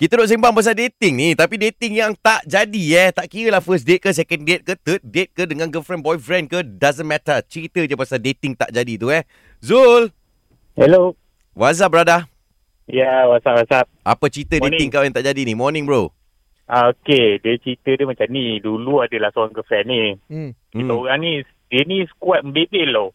Kita nak sembang pasal dating ni Tapi dating yang tak jadi eh Tak kira lah first date ke Second date ke Third date ke Dengan girlfriend boyfriend ke Doesn't matter Cerita je pasal dating tak jadi tu eh Zul Hello. What's up brother Ya, yeah, what's up, what's up? Apa cerita Morning. dating kau yang tak jadi ni Morning bro Ah, okay, dia cerita dia macam ni. Dulu adalah seorang girlfriend ni. Hmm. Hmm. Orang ni, dia ni squad membebel tau.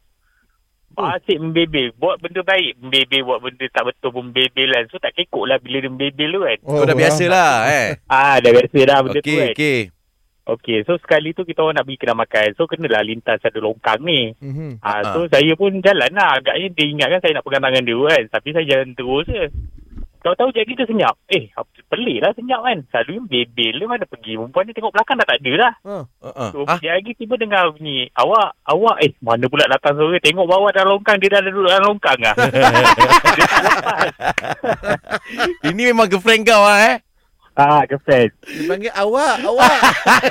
Asyik membebel. Buat benda baik, membebel. Buat benda tak betul pun membebel kan. So tak kekok lah bila dia membebel tu kan. Kau dah biasa lah eh Ah, dah biasa dah benda tu Okay kan. Okay. okay okay, so sekali tu kita orang nak pergi kedai makan. So kenalah lintas ada longkang ni. Mm-hmm. Ah, Ah. so saya pun jalan lah. Agaknya dia ingatkan saya nak pegang tangan dia kan. Tapi saya jalan terus je. Tahu-tahu jadi dia senyap. Eh, apa- pelik lah senyap kan. Selalunya bebel dia mana pergi. Perempuan ni tengok belakang dah tak ada lah. uh-uh. So, ah, dia lagi tiba dengar bunyi. Awak, awak. Eh, mana pula datang sore. Tengok bawah dah longkang. Dia dah ada duduk dalam longkang lah. Ini memang girlfriend kau lah eh ah, girlfriend. Dia panggil awak, awak.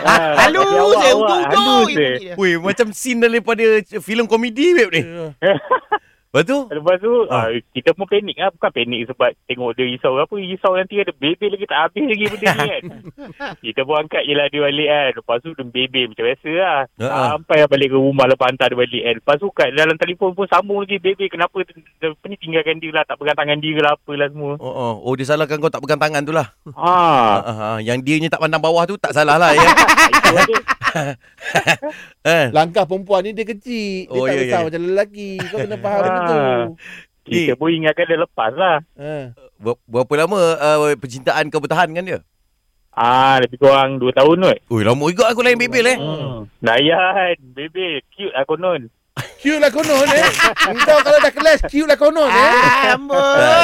Ah, Hello, bagi awak, saya awak. untung Hello, untung. saya. Weh macam scene daripada filem komedi web Eh. ni Lepas tu Lepas tu, Ah. ah. kita pun panik lah. Bukan panik sebab tengok dia risau ke apa. Risau nanti ada bebel lagi tak habis lagi benda ni kan. kita pun angkat je lah dia balik kan. Lepas tu dia bebel macam biasa lah. Ah, ah. Sampai lah balik ke rumah lepas hantar dia balik kan. Lepas tu kat dalam telefon pun sambung lagi bebel. Kenapa dia- dia- apa ni tinggalkan dia lah. Tak pegang tangan dia lah apalah semua. Oh, oh. oh dia salahkan kau tak pegang tangan tu lah Ah, Ah, ah, yang dia ni tak pandang bawah tu tak salah lah ya. itu aja. Eh, Langkah perempuan ni dia kecil. Dia Oh, tak ya, besar ya. macam lelaki. Kau kena faham benda tu. Kita Ni. pun ingatkan dia lepas lah. Ha. ber- berapa lama uh, percintaan kau bertahan dengan dia? Ah, lebih kurang 2 tahun kot. Ui, lama juga aku lain bebel eh. Hmm. Layan, bebel. Cute lah konon. Cute lah konon eh. Engkau kalau dah kelas, cute lah konon eh. Ah,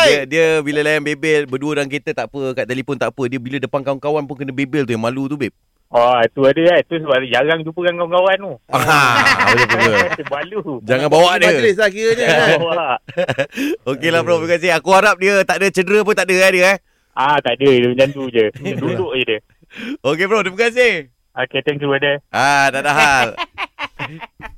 dia, dia bila lain bebel berdua dalam kereta tak apa, kat telefon tak apa. Dia bila depan kawan-kawan pun kena bebel tu yang malu tu, babe. Oh, tu ada kan. Tu sebab jarang jumpa dengan kawan-kawan tu. Ah, betul pula. Dia malu. Jangan bawa dia. Majlis lah kiranya kan. Bawa. Okeylah bro, terima kasih. Aku harap dia tak ada cedera pun tak ada eh dia eh. Ah, tak ada. Dia macam tu je. Duduk je dia. Ah, Okey bro, terima kasih. Okay, thank you, brother. Ah, tak ada hal.